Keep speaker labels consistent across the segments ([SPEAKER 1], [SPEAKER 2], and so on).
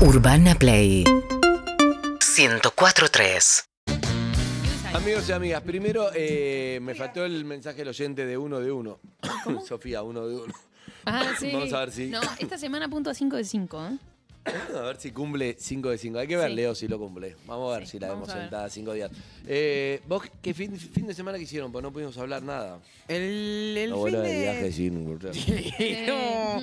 [SPEAKER 1] Urbana Play 104.3
[SPEAKER 2] Amigos y amigas, primero eh, me faltó el mensaje del oyente de uno de uno. Sofía, uno de uno.
[SPEAKER 3] Ah, sí.
[SPEAKER 2] Vamos a ver si-
[SPEAKER 3] No, esta semana apunto a 5 de 5. ¿eh?
[SPEAKER 2] A ver si cumple 5 de 5. Hay que ver,
[SPEAKER 3] Sí.
[SPEAKER 2] Leo, si lo cumple. Vamos a ver
[SPEAKER 3] Sí,
[SPEAKER 2] si la
[SPEAKER 3] vamos
[SPEAKER 2] vemos
[SPEAKER 3] a ver.
[SPEAKER 2] sentada 5 días. Eh, ¿Vos qué fin, fin de semana que hicieron? Pues no pudimos hablar nada.
[SPEAKER 4] El, el
[SPEAKER 2] La
[SPEAKER 4] fin
[SPEAKER 2] abuela
[SPEAKER 4] de...
[SPEAKER 2] de viaje sin
[SPEAKER 4] no.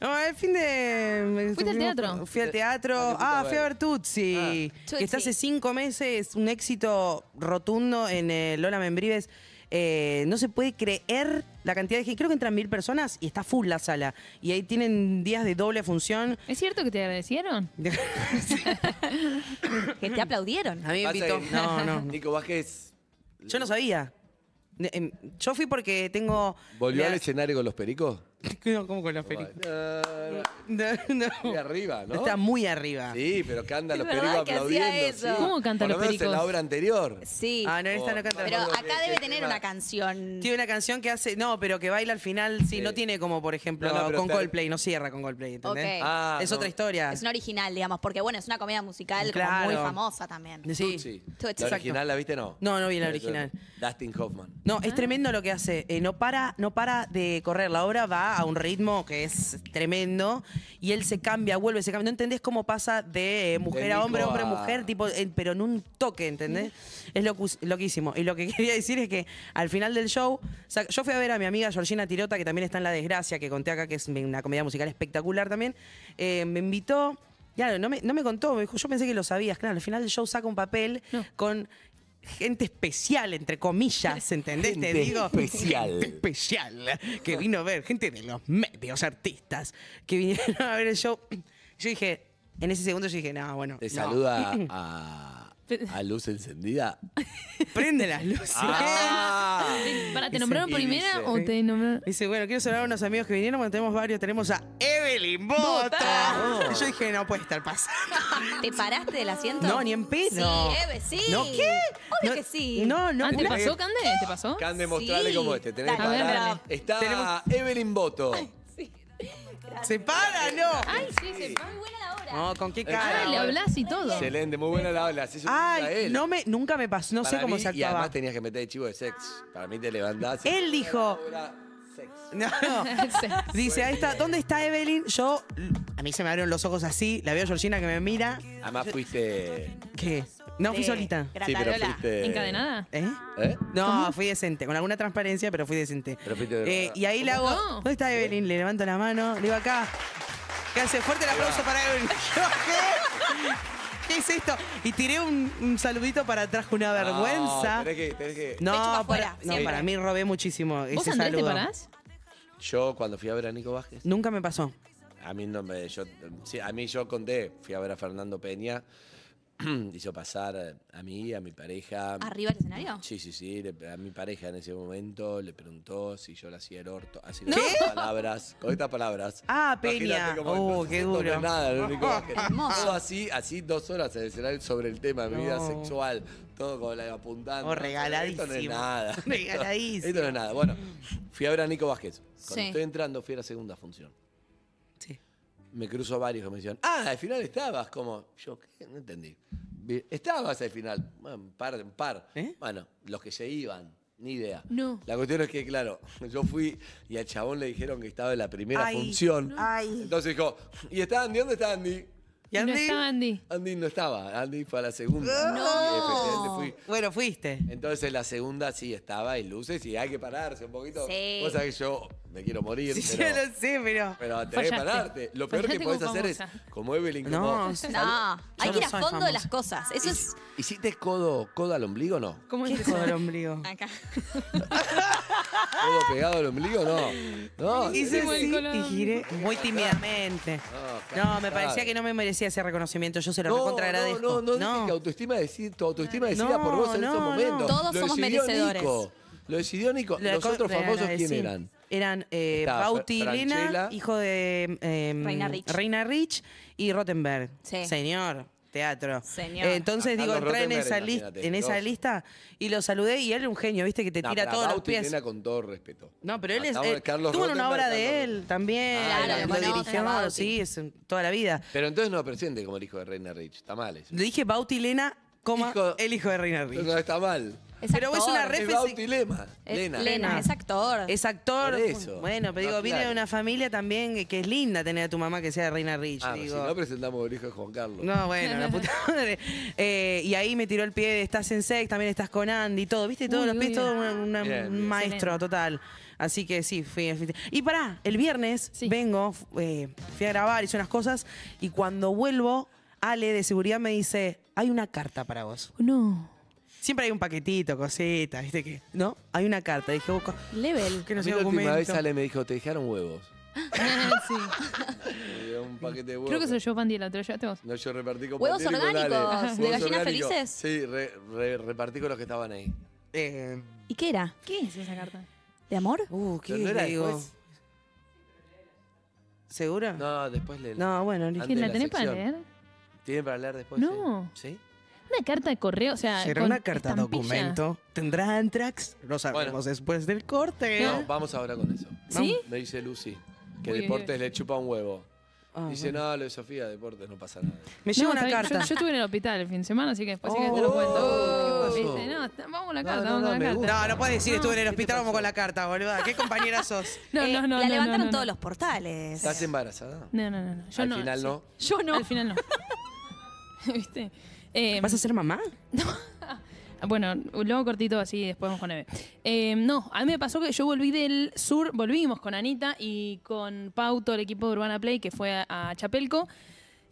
[SPEAKER 4] No, el fin de... me-
[SPEAKER 3] ¿Fuiste al teatro?
[SPEAKER 4] Fui al teatro.
[SPEAKER 2] Ah, ¿qué fuiste
[SPEAKER 4] Ah,
[SPEAKER 2] a
[SPEAKER 4] fui a
[SPEAKER 2] ver? Ah.
[SPEAKER 4] ver Tutsi.
[SPEAKER 3] Tutsi.
[SPEAKER 4] Que está hace cinco meses, un éxito rotundo en eh, Lola Membrives. Eh, no se puede creer la cantidad de gente. Creo que entran mil personas y está full la sala. Y ahí tienen días de doble función.
[SPEAKER 3] ¿Es cierto que te agradecieron?
[SPEAKER 5] Que te aplaudieron.
[SPEAKER 3] Ah,
[SPEAKER 4] A mí me
[SPEAKER 2] Pasa
[SPEAKER 4] invitó.
[SPEAKER 2] que-
[SPEAKER 4] No, no.
[SPEAKER 2] Nico Vázquez
[SPEAKER 4] Yo no sabía. Ne- em, Yo fui porque tengo...
[SPEAKER 2] volvió
[SPEAKER 4] la-
[SPEAKER 2] al escenario con los pericos.
[SPEAKER 4] No, ¿Cómo con la película?
[SPEAKER 2] Ah,
[SPEAKER 4] No, no.
[SPEAKER 2] Muy arriba, ¿no?
[SPEAKER 4] Está muy arriba.
[SPEAKER 2] Sí, pero cantan los
[SPEAKER 5] Es verdad
[SPEAKER 2] pericos
[SPEAKER 5] que hacía
[SPEAKER 2] aplaudiendo.
[SPEAKER 5] eso.
[SPEAKER 2] sí.
[SPEAKER 3] ¿Cómo cantan
[SPEAKER 2] Por lo
[SPEAKER 3] los
[SPEAKER 2] menos en la
[SPEAKER 3] pericos?
[SPEAKER 2] obra anterior.
[SPEAKER 5] Sí.
[SPEAKER 4] Ah, no, en esta no canta.
[SPEAKER 5] pero
[SPEAKER 2] no me acuerdo
[SPEAKER 5] acá
[SPEAKER 2] qué-
[SPEAKER 5] debe
[SPEAKER 2] qué
[SPEAKER 5] tener
[SPEAKER 2] tema.
[SPEAKER 5] una canción.
[SPEAKER 4] Tiene una canción que hace, no, pero que baila al final, sí,
[SPEAKER 2] Sí.
[SPEAKER 4] no tiene como, por ejemplo,
[SPEAKER 2] No, no, pero
[SPEAKER 4] con
[SPEAKER 2] te-
[SPEAKER 4] Coldplay, no cierra con Coldplay, ¿entendés?
[SPEAKER 5] Ok.
[SPEAKER 2] Ah,
[SPEAKER 4] es
[SPEAKER 2] no.
[SPEAKER 4] otra historia.
[SPEAKER 5] Es una original, digamos, porque bueno, es una comedia musical como
[SPEAKER 4] Claro.
[SPEAKER 5] muy famosa también.
[SPEAKER 4] Sí.
[SPEAKER 2] Sí.
[SPEAKER 5] Tutsi.
[SPEAKER 2] La
[SPEAKER 4] Exacto.
[SPEAKER 2] original, ¿la viste no?
[SPEAKER 4] No, no vi la original.
[SPEAKER 2] Dustin Hoffman.
[SPEAKER 4] No,
[SPEAKER 5] Ah.
[SPEAKER 4] es tremendo lo que hace. Eh, no, para, no para de correr. La obra va a un ritmo que es tremendo. Y él se cambia, vuelve, se cambia. No entendés cómo pasa de eh, mujer a
[SPEAKER 2] mico
[SPEAKER 4] hombre, hombre a
[SPEAKER 2] a-
[SPEAKER 4] mujer, tipo, eh, pero en un toque, ¿entendés? Es locus- loquísimo. Y lo que quería decir es que al final del show, sa- yo fui a ver a mi amiga Georgina Tirota, que también está en La Desgracia, que conté acá, que es una comedia musical espectacular también. Eh, me invitó. Claro, no me, no me contó, me dijo, yo pensé que lo sabías. Claro, al final del show saca un papel
[SPEAKER 3] No.
[SPEAKER 4] con gente especial, entre comillas, ¿entendés? Te
[SPEAKER 2] Gente
[SPEAKER 4] digo.
[SPEAKER 2] especial.
[SPEAKER 4] Gente especial. Que vino a ver, gente de los medios, artistas, que vinieron a ver el show. Yo dije, en ese segundo yo dije, no, bueno.
[SPEAKER 2] Te
[SPEAKER 4] no.
[SPEAKER 2] saluda a, a luz encendida.
[SPEAKER 4] Prende las luces.
[SPEAKER 2] Ah.
[SPEAKER 3] ¿Para, te
[SPEAKER 4] Dice-
[SPEAKER 3] nombraron
[SPEAKER 2] y
[SPEAKER 3] primera
[SPEAKER 2] dice-
[SPEAKER 3] o te nombraron?
[SPEAKER 4] Dice, bueno, quiero saludar a unos amigos que vinieron, bueno, tenemos varios, tenemos a Evelyn Bota. Y yo dije, no puede estar pasando.
[SPEAKER 5] ¿Te paraste del asiento?
[SPEAKER 4] No, ni en pedo.
[SPEAKER 5] Sí, Eve, sí.
[SPEAKER 4] ¿No qué?
[SPEAKER 5] Obvio
[SPEAKER 4] No,
[SPEAKER 5] que sí.
[SPEAKER 4] No, no, eh,
[SPEAKER 3] ah, ¿te
[SPEAKER 4] no.
[SPEAKER 3] pasó, Cande? ¿Te pasó?
[SPEAKER 2] Cande, mostrarle cómo es. Te tenés que
[SPEAKER 5] Dale,
[SPEAKER 2] parar.
[SPEAKER 3] a ver,
[SPEAKER 2] Está Evelyn Boto.
[SPEAKER 4] Se para, no. Eh,
[SPEAKER 3] Ay, sí, se
[SPEAKER 5] Muy buena la hora.
[SPEAKER 4] No, con qué
[SPEAKER 3] Ah,
[SPEAKER 4] cara.
[SPEAKER 3] le hablas y todo.
[SPEAKER 2] Excelente, muy buena la ola.
[SPEAKER 4] Ay, no me, nunca me pasó, no sé cómo se
[SPEAKER 2] Y
[SPEAKER 4] actuaba.
[SPEAKER 2] además tenías que meter el chivo de sex. Para mí te levantás. y-
[SPEAKER 4] Él dijo-
[SPEAKER 2] Era sex.
[SPEAKER 4] No, no. Dice, ahí está, ¿dónde está Evelyn? Yo, a mí se me abrieron los ojos así, la veo a Georgina que me mira.
[SPEAKER 2] Además fuiste.
[SPEAKER 4] ¿Qué? No, fui
[SPEAKER 5] Sí,
[SPEAKER 4] solita.
[SPEAKER 2] Sí, pero
[SPEAKER 5] Gratarola.
[SPEAKER 2] fuiste.
[SPEAKER 3] ¿Encadenada?
[SPEAKER 4] ¿Eh?
[SPEAKER 2] ¿Eh?
[SPEAKER 4] No, fui decente, con alguna transparencia, pero fui decente.
[SPEAKER 2] Pero fuiste de-
[SPEAKER 4] Eh, y ahí le hago,
[SPEAKER 3] ¿Cómo no?
[SPEAKER 4] ¿dónde está Evelyn? Le levanto la mano, le digo acá. ¿Qué hace? Fuerte el aplauso para Evelyn. Yo, ¿Qué? ¿Qué es esto? Y tiré un, un saludito para atrás con una vergüenza.
[SPEAKER 2] No, tenés que, tenés que-
[SPEAKER 4] No,
[SPEAKER 5] Pecho para
[SPEAKER 4] para,
[SPEAKER 5] afuera,
[SPEAKER 4] no,
[SPEAKER 5] siempre.
[SPEAKER 4] para mí robé muchísimo
[SPEAKER 3] ¿Vos,
[SPEAKER 4] Eh, ese
[SPEAKER 3] Andrés, te
[SPEAKER 4] saludo.
[SPEAKER 3] parás?
[SPEAKER 2] Yo cuando fui a ver a Nico Vázquez.
[SPEAKER 4] Nunca me pasó.
[SPEAKER 2] A mí no me, yo, sí, a mí yo conté, fui a ver a Fernando Peña, hizo pasar a mí, a mi pareja.
[SPEAKER 5] ¿Arriba del escenario?
[SPEAKER 2] Sí, sí, sí, le- a mi pareja en ese momento le preguntó si yo le hacía el orto, así con estas palabras, con estas palabras.
[SPEAKER 4] Ah,
[SPEAKER 2] Imagínate
[SPEAKER 4] Peña.
[SPEAKER 2] cómo
[SPEAKER 4] Oh,
[SPEAKER 2] entonces,
[SPEAKER 4] qué
[SPEAKER 2] no tomé
[SPEAKER 4] duro.
[SPEAKER 2] nada, lo único que-
[SPEAKER 5] Hermoso.
[SPEAKER 2] Todo así, así dos horas en el escenario sobre el tema de mi vida
[SPEAKER 4] No.
[SPEAKER 2] sexual, todo con la apuntando. Esto no
[SPEAKER 4] Oh,
[SPEAKER 2] es
[SPEAKER 4] regaladísimo.
[SPEAKER 2] nada. Esto-
[SPEAKER 4] Regaladísimo.
[SPEAKER 2] Esto no es nada. Bueno, fui a ver a Nico Vázquez. Cuando
[SPEAKER 5] Sí.
[SPEAKER 2] estoy entrando fui a la segunda función.
[SPEAKER 4] Sí.
[SPEAKER 2] me cruzo varios que me decían, ah, al final estabas, como, yo, ¿qué? No entendí. Vi- Estabas al final, Bueno, un par, un par.
[SPEAKER 4] ¿Eh?
[SPEAKER 2] Bueno, los que se iban, ni idea.
[SPEAKER 3] No.
[SPEAKER 2] La cuestión es que, claro, yo fui y al chabón le dijeron que estaba en la primera
[SPEAKER 4] Ay,
[SPEAKER 2] función.
[SPEAKER 4] ay.
[SPEAKER 2] Entonces dijo, ¿y está Andy? ¿Dónde está Andy?
[SPEAKER 4] ¿Y Andy?
[SPEAKER 3] No estaba Andy.
[SPEAKER 2] Andy no estaba, Andy fue a la segunda.
[SPEAKER 5] No.
[SPEAKER 2] Y efectivamente fui.
[SPEAKER 4] Bueno, fuiste.
[SPEAKER 2] Entonces la segunda sí estaba y luces y hay que pararse un poquito.
[SPEAKER 5] Sí.
[SPEAKER 2] Cosa que yo me quiero morir.
[SPEAKER 4] Sí,
[SPEAKER 2] pero-
[SPEAKER 4] yo lo sé, pero.
[SPEAKER 2] pero tenés que
[SPEAKER 3] Fallaste.
[SPEAKER 2] pararte. Lo peor que
[SPEAKER 3] Fallaste
[SPEAKER 2] podés
[SPEAKER 3] como
[SPEAKER 2] hacer es,
[SPEAKER 3] famosa.
[SPEAKER 2] como Evelyn,
[SPEAKER 4] No,
[SPEAKER 2] como...
[SPEAKER 4] sí.
[SPEAKER 5] No, hay
[SPEAKER 4] no
[SPEAKER 5] que ir a
[SPEAKER 4] soy
[SPEAKER 5] fondo de
[SPEAKER 4] famosa.
[SPEAKER 5] las cosas. Eso es
[SPEAKER 2] ¿Hiciste codo, codo al ombligo o no?
[SPEAKER 3] ¿Cómo
[SPEAKER 4] ¿Qué
[SPEAKER 3] es
[SPEAKER 4] es
[SPEAKER 3] eso?
[SPEAKER 4] joder el ombligo?
[SPEAKER 5] acá.
[SPEAKER 2] ¿Codo pegado al ombligo o no? No,
[SPEAKER 4] Hice
[SPEAKER 3] Buenísimo el
[SPEAKER 4] así
[SPEAKER 3] color.
[SPEAKER 4] y giré muy tímidamente. No, me
[SPEAKER 2] claro.
[SPEAKER 4] parecía que no me merecía ese reconocimiento. Yo se lo recontra agradezco.
[SPEAKER 2] no, no, no, que autoestima decida, tu autoestima decida
[SPEAKER 4] No,
[SPEAKER 2] por vos en
[SPEAKER 4] no,
[SPEAKER 2] estos
[SPEAKER 4] no.
[SPEAKER 2] momentos.
[SPEAKER 5] Todos
[SPEAKER 2] Lo
[SPEAKER 5] somos
[SPEAKER 2] decidió
[SPEAKER 5] merecedores.
[SPEAKER 2] Nico. Lo decidió Nico.
[SPEAKER 4] Le
[SPEAKER 2] ¿Los
[SPEAKER 4] aco-
[SPEAKER 2] otros
[SPEAKER 4] le
[SPEAKER 2] famosos quién
[SPEAKER 4] agradecí.
[SPEAKER 2] eran?
[SPEAKER 4] Eran eh,
[SPEAKER 2] Estaba
[SPEAKER 4] Bauti
[SPEAKER 2] Fra-
[SPEAKER 4] Lena,
[SPEAKER 2] Franchella.
[SPEAKER 4] hijo de eh,
[SPEAKER 5] Reina Rich.
[SPEAKER 4] Reina Rich y Rottenberg.
[SPEAKER 5] Sí.
[SPEAKER 4] Señor. teatro.
[SPEAKER 5] Señor.
[SPEAKER 4] Eh, Entonces,
[SPEAKER 2] A
[SPEAKER 4] digo,
[SPEAKER 2] Carlos
[SPEAKER 4] entré en
[SPEAKER 2] Ah, Rottenberg,
[SPEAKER 4] esa, lis-
[SPEAKER 2] imagínate,
[SPEAKER 4] en esa
[SPEAKER 2] dos.
[SPEAKER 4] lista y lo saludé y él un genio, viste, que te
[SPEAKER 2] No,
[SPEAKER 4] tira
[SPEAKER 2] pero a
[SPEAKER 4] todos los
[SPEAKER 2] Bauti
[SPEAKER 4] pies.
[SPEAKER 2] Elena con todo respeto.
[SPEAKER 4] No, pero él es.
[SPEAKER 2] Acabo de-
[SPEAKER 4] Él, tuvo una
[SPEAKER 2] Rottenberg,
[SPEAKER 4] obra
[SPEAKER 2] Carlos
[SPEAKER 4] de él
[SPEAKER 2] Rottenberg.
[SPEAKER 4] también.
[SPEAKER 2] Ah,
[SPEAKER 5] Claro,
[SPEAKER 4] él
[SPEAKER 5] lo
[SPEAKER 4] lo
[SPEAKER 5] conocen a
[SPEAKER 4] dirigió,
[SPEAKER 5] Bauti.
[SPEAKER 4] sí, es en- toda la vida.
[SPEAKER 2] Pero entonces no presente como el hijo de Reina Rich. Está mal eso.
[SPEAKER 4] Le dije Bauti Elena, coma,
[SPEAKER 2] Hijo-
[SPEAKER 4] el hijo de Reina Rich.
[SPEAKER 2] No está mal.
[SPEAKER 5] Es
[SPEAKER 4] Pero es una
[SPEAKER 5] actor.
[SPEAKER 4] re-
[SPEAKER 2] Es
[SPEAKER 4] Refe-
[SPEAKER 2] Bauti Lema.
[SPEAKER 5] Es-
[SPEAKER 2] Lena.
[SPEAKER 5] Lena, es actor.
[SPEAKER 4] Es actor.
[SPEAKER 2] Por eso.
[SPEAKER 4] Bueno, pero
[SPEAKER 2] No,
[SPEAKER 4] digo, viene de
[SPEAKER 2] claro.
[SPEAKER 4] una familia también que, que es linda tener a tu mamá que sea de Reina Rich.
[SPEAKER 2] Ah,
[SPEAKER 4] digo.
[SPEAKER 2] si no presentamos el hijo de Juan Carlos.
[SPEAKER 4] No, bueno, la puta madre. Eh, y ahí me tiró el pie de estás en sex, también estás con Andy, todo, viste,
[SPEAKER 3] Uy,
[SPEAKER 4] todos los
[SPEAKER 3] uy,
[SPEAKER 4] pies,
[SPEAKER 3] uy.
[SPEAKER 4] todo una- una-
[SPEAKER 2] Bien,
[SPEAKER 4] un
[SPEAKER 2] bien.
[SPEAKER 4] maestro total. Así que sí, fui. fui- Y pará, el viernes
[SPEAKER 3] Sí.
[SPEAKER 4] vengo, f- eh, fui a grabar, hice unas cosas, y cuando vuelvo, Ale de seguridad me dice, hay una carta para vos.
[SPEAKER 3] Oh, No.
[SPEAKER 4] Siempre hay un paquetito, cositas, viste que, ¿no? Hay una carta. Dije, busca.
[SPEAKER 3] Level.
[SPEAKER 4] Que
[SPEAKER 2] A
[SPEAKER 4] no
[SPEAKER 2] mí
[SPEAKER 4] sea
[SPEAKER 2] la última vez
[SPEAKER 4] documento.
[SPEAKER 2] Ale me dijo, te dejaron huevos.
[SPEAKER 3] sí.
[SPEAKER 2] Me dio un paquete de huevos.
[SPEAKER 3] Creo que se lo llevó Pandila, ¿te lo llevaste vos?
[SPEAKER 2] No, yo repartí con
[SPEAKER 5] Huevos
[SPEAKER 2] Patiel y con Ale.
[SPEAKER 5] orgánicos, de
[SPEAKER 2] Huevos
[SPEAKER 5] gallinas
[SPEAKER 2] orgánicos.
[SPEAKER 5] felices.
[SPEAKER 2] Sí, re- re- repartí con los que estaban ahí.
[SPEAKER 4] Eh,
[SPEAKER 5] ¿Y qué era?
[SPEAKER 3] ¿Qué es esa carta?
[SPEAKER 5] ¿De amor?
[SPEAKER 4] uh, ¿qué
[SPEAKER 2] ¿No era
[SPEAKER 4] le digo?
[SPEAKER 2] después?
[SPEAKER 4] ¿Segura?
[SPEAKER 2] No, después le...
[SPEAKER 4] No, bueno, dije,
[SPEAKER 2] Antes
[SPEAKER 3] ¿Que
[SPEAKER 2] de
[SPEAKER 3] la
[SPEAKER 2] la
[SPEAKER 3] tenés para
[SPEAKER 2] sección.
[SPEAKER 3] leer?
[SPEAKER 2] ¿Tienen para leer después?
[SPEAKER 3] No.
[SPEAKER 2] ¿Sí? ¿Sí?
[SPEAKER 3] Una carta de correo, o sea.
[SPEAKER 4] ¿Será
[SPEAKER 3] con
[SPEAKER 4] una carta
[SPEAKER 3] estampilla.
[SPEAKER 4] documento? ¿Tendrá Antrax? Lo sabremos
[SPEAKER 2] Bueno.
[SPEAKER 4] después del corte.
[SPEAKER 2] No, vamos ahora con eso.
[SPEAKER 3] ¿Sí?
[SPEAKER 2] Me dice Lucy que
[SPEAKER 3] Uy,
[SPEAKER 2] deportes le chupa un huevo.
[SPEAKER 4] Ah,
[SPEAKER 2] dice, no, lo de Sofía, deportes, no pasa nada.
[SPEAKER 4] Me lleva
[SPEAKER 3] No,
[SPEAKER 4] una
[SPEAKER 3] está bien, yo-
[SPEAKER 4] carta.
[SPEAKER 3] Yo, estuve en el hospital el fin de semana, así que después sí que te
[SPEAKER 4] Oh.
[SPEAKER 3] lo cuento.
[SPEAKER 2] ¿Qué pasó?
[SPEAKER 3] ¿Viste? No, está- vamos con la
[SPEAKER 2] No,
[SPEAKER 3] carta,
[SPEAKER 2] no,
[SPEAKER 3] vamos
[SPEAKER 2] no,
[SPEAKER 3] con
[SPEAKER 2] me
[SPEAKER 3] la carta.
[SPEAKER 2] gusta.
[SPEAKER 4] No, no puedes decir, estuve en el hospital,
[SPEAKER 2] pasó?
[SPEAKER 4] vamos con la carta, boluda. ¿Qué compañera sos.
[SPEAKER 3] No,
[SPEAKER 5] Eh,
[SPEAKER 3] no, no.
[SPEAKER 5] La
[SPEAKER 3] no,
[SPEAKER 5] levantaron
[SPEAKER 3] no, no.
[SPEAKER 5] todos los portales.
[SPEAKER 2] ¿Estás embarazada?
[SPEAKER 3] No, no, no. no. Yo
[SPEAKER 2] Al
[SPEAKER 3] no,
[SPEAKER 2] final
[SPEAKER 3] sí.
[SPEAKER 2] no.
[SPEAKER 5] Yo no.
[SPEAKER 3] Al final no. ¿Viste? Eh,
[SPEAKER 4] ¿Vas a ser mamá?
[SPEAKER 3] Bueno, luego cortito así, después vamos con Eve. Eh, no, a mí me pasó que yo volví del sur, volvimos con Anita y con Pau, todo el equipo de Urbana Play que fue a, a Chapelco.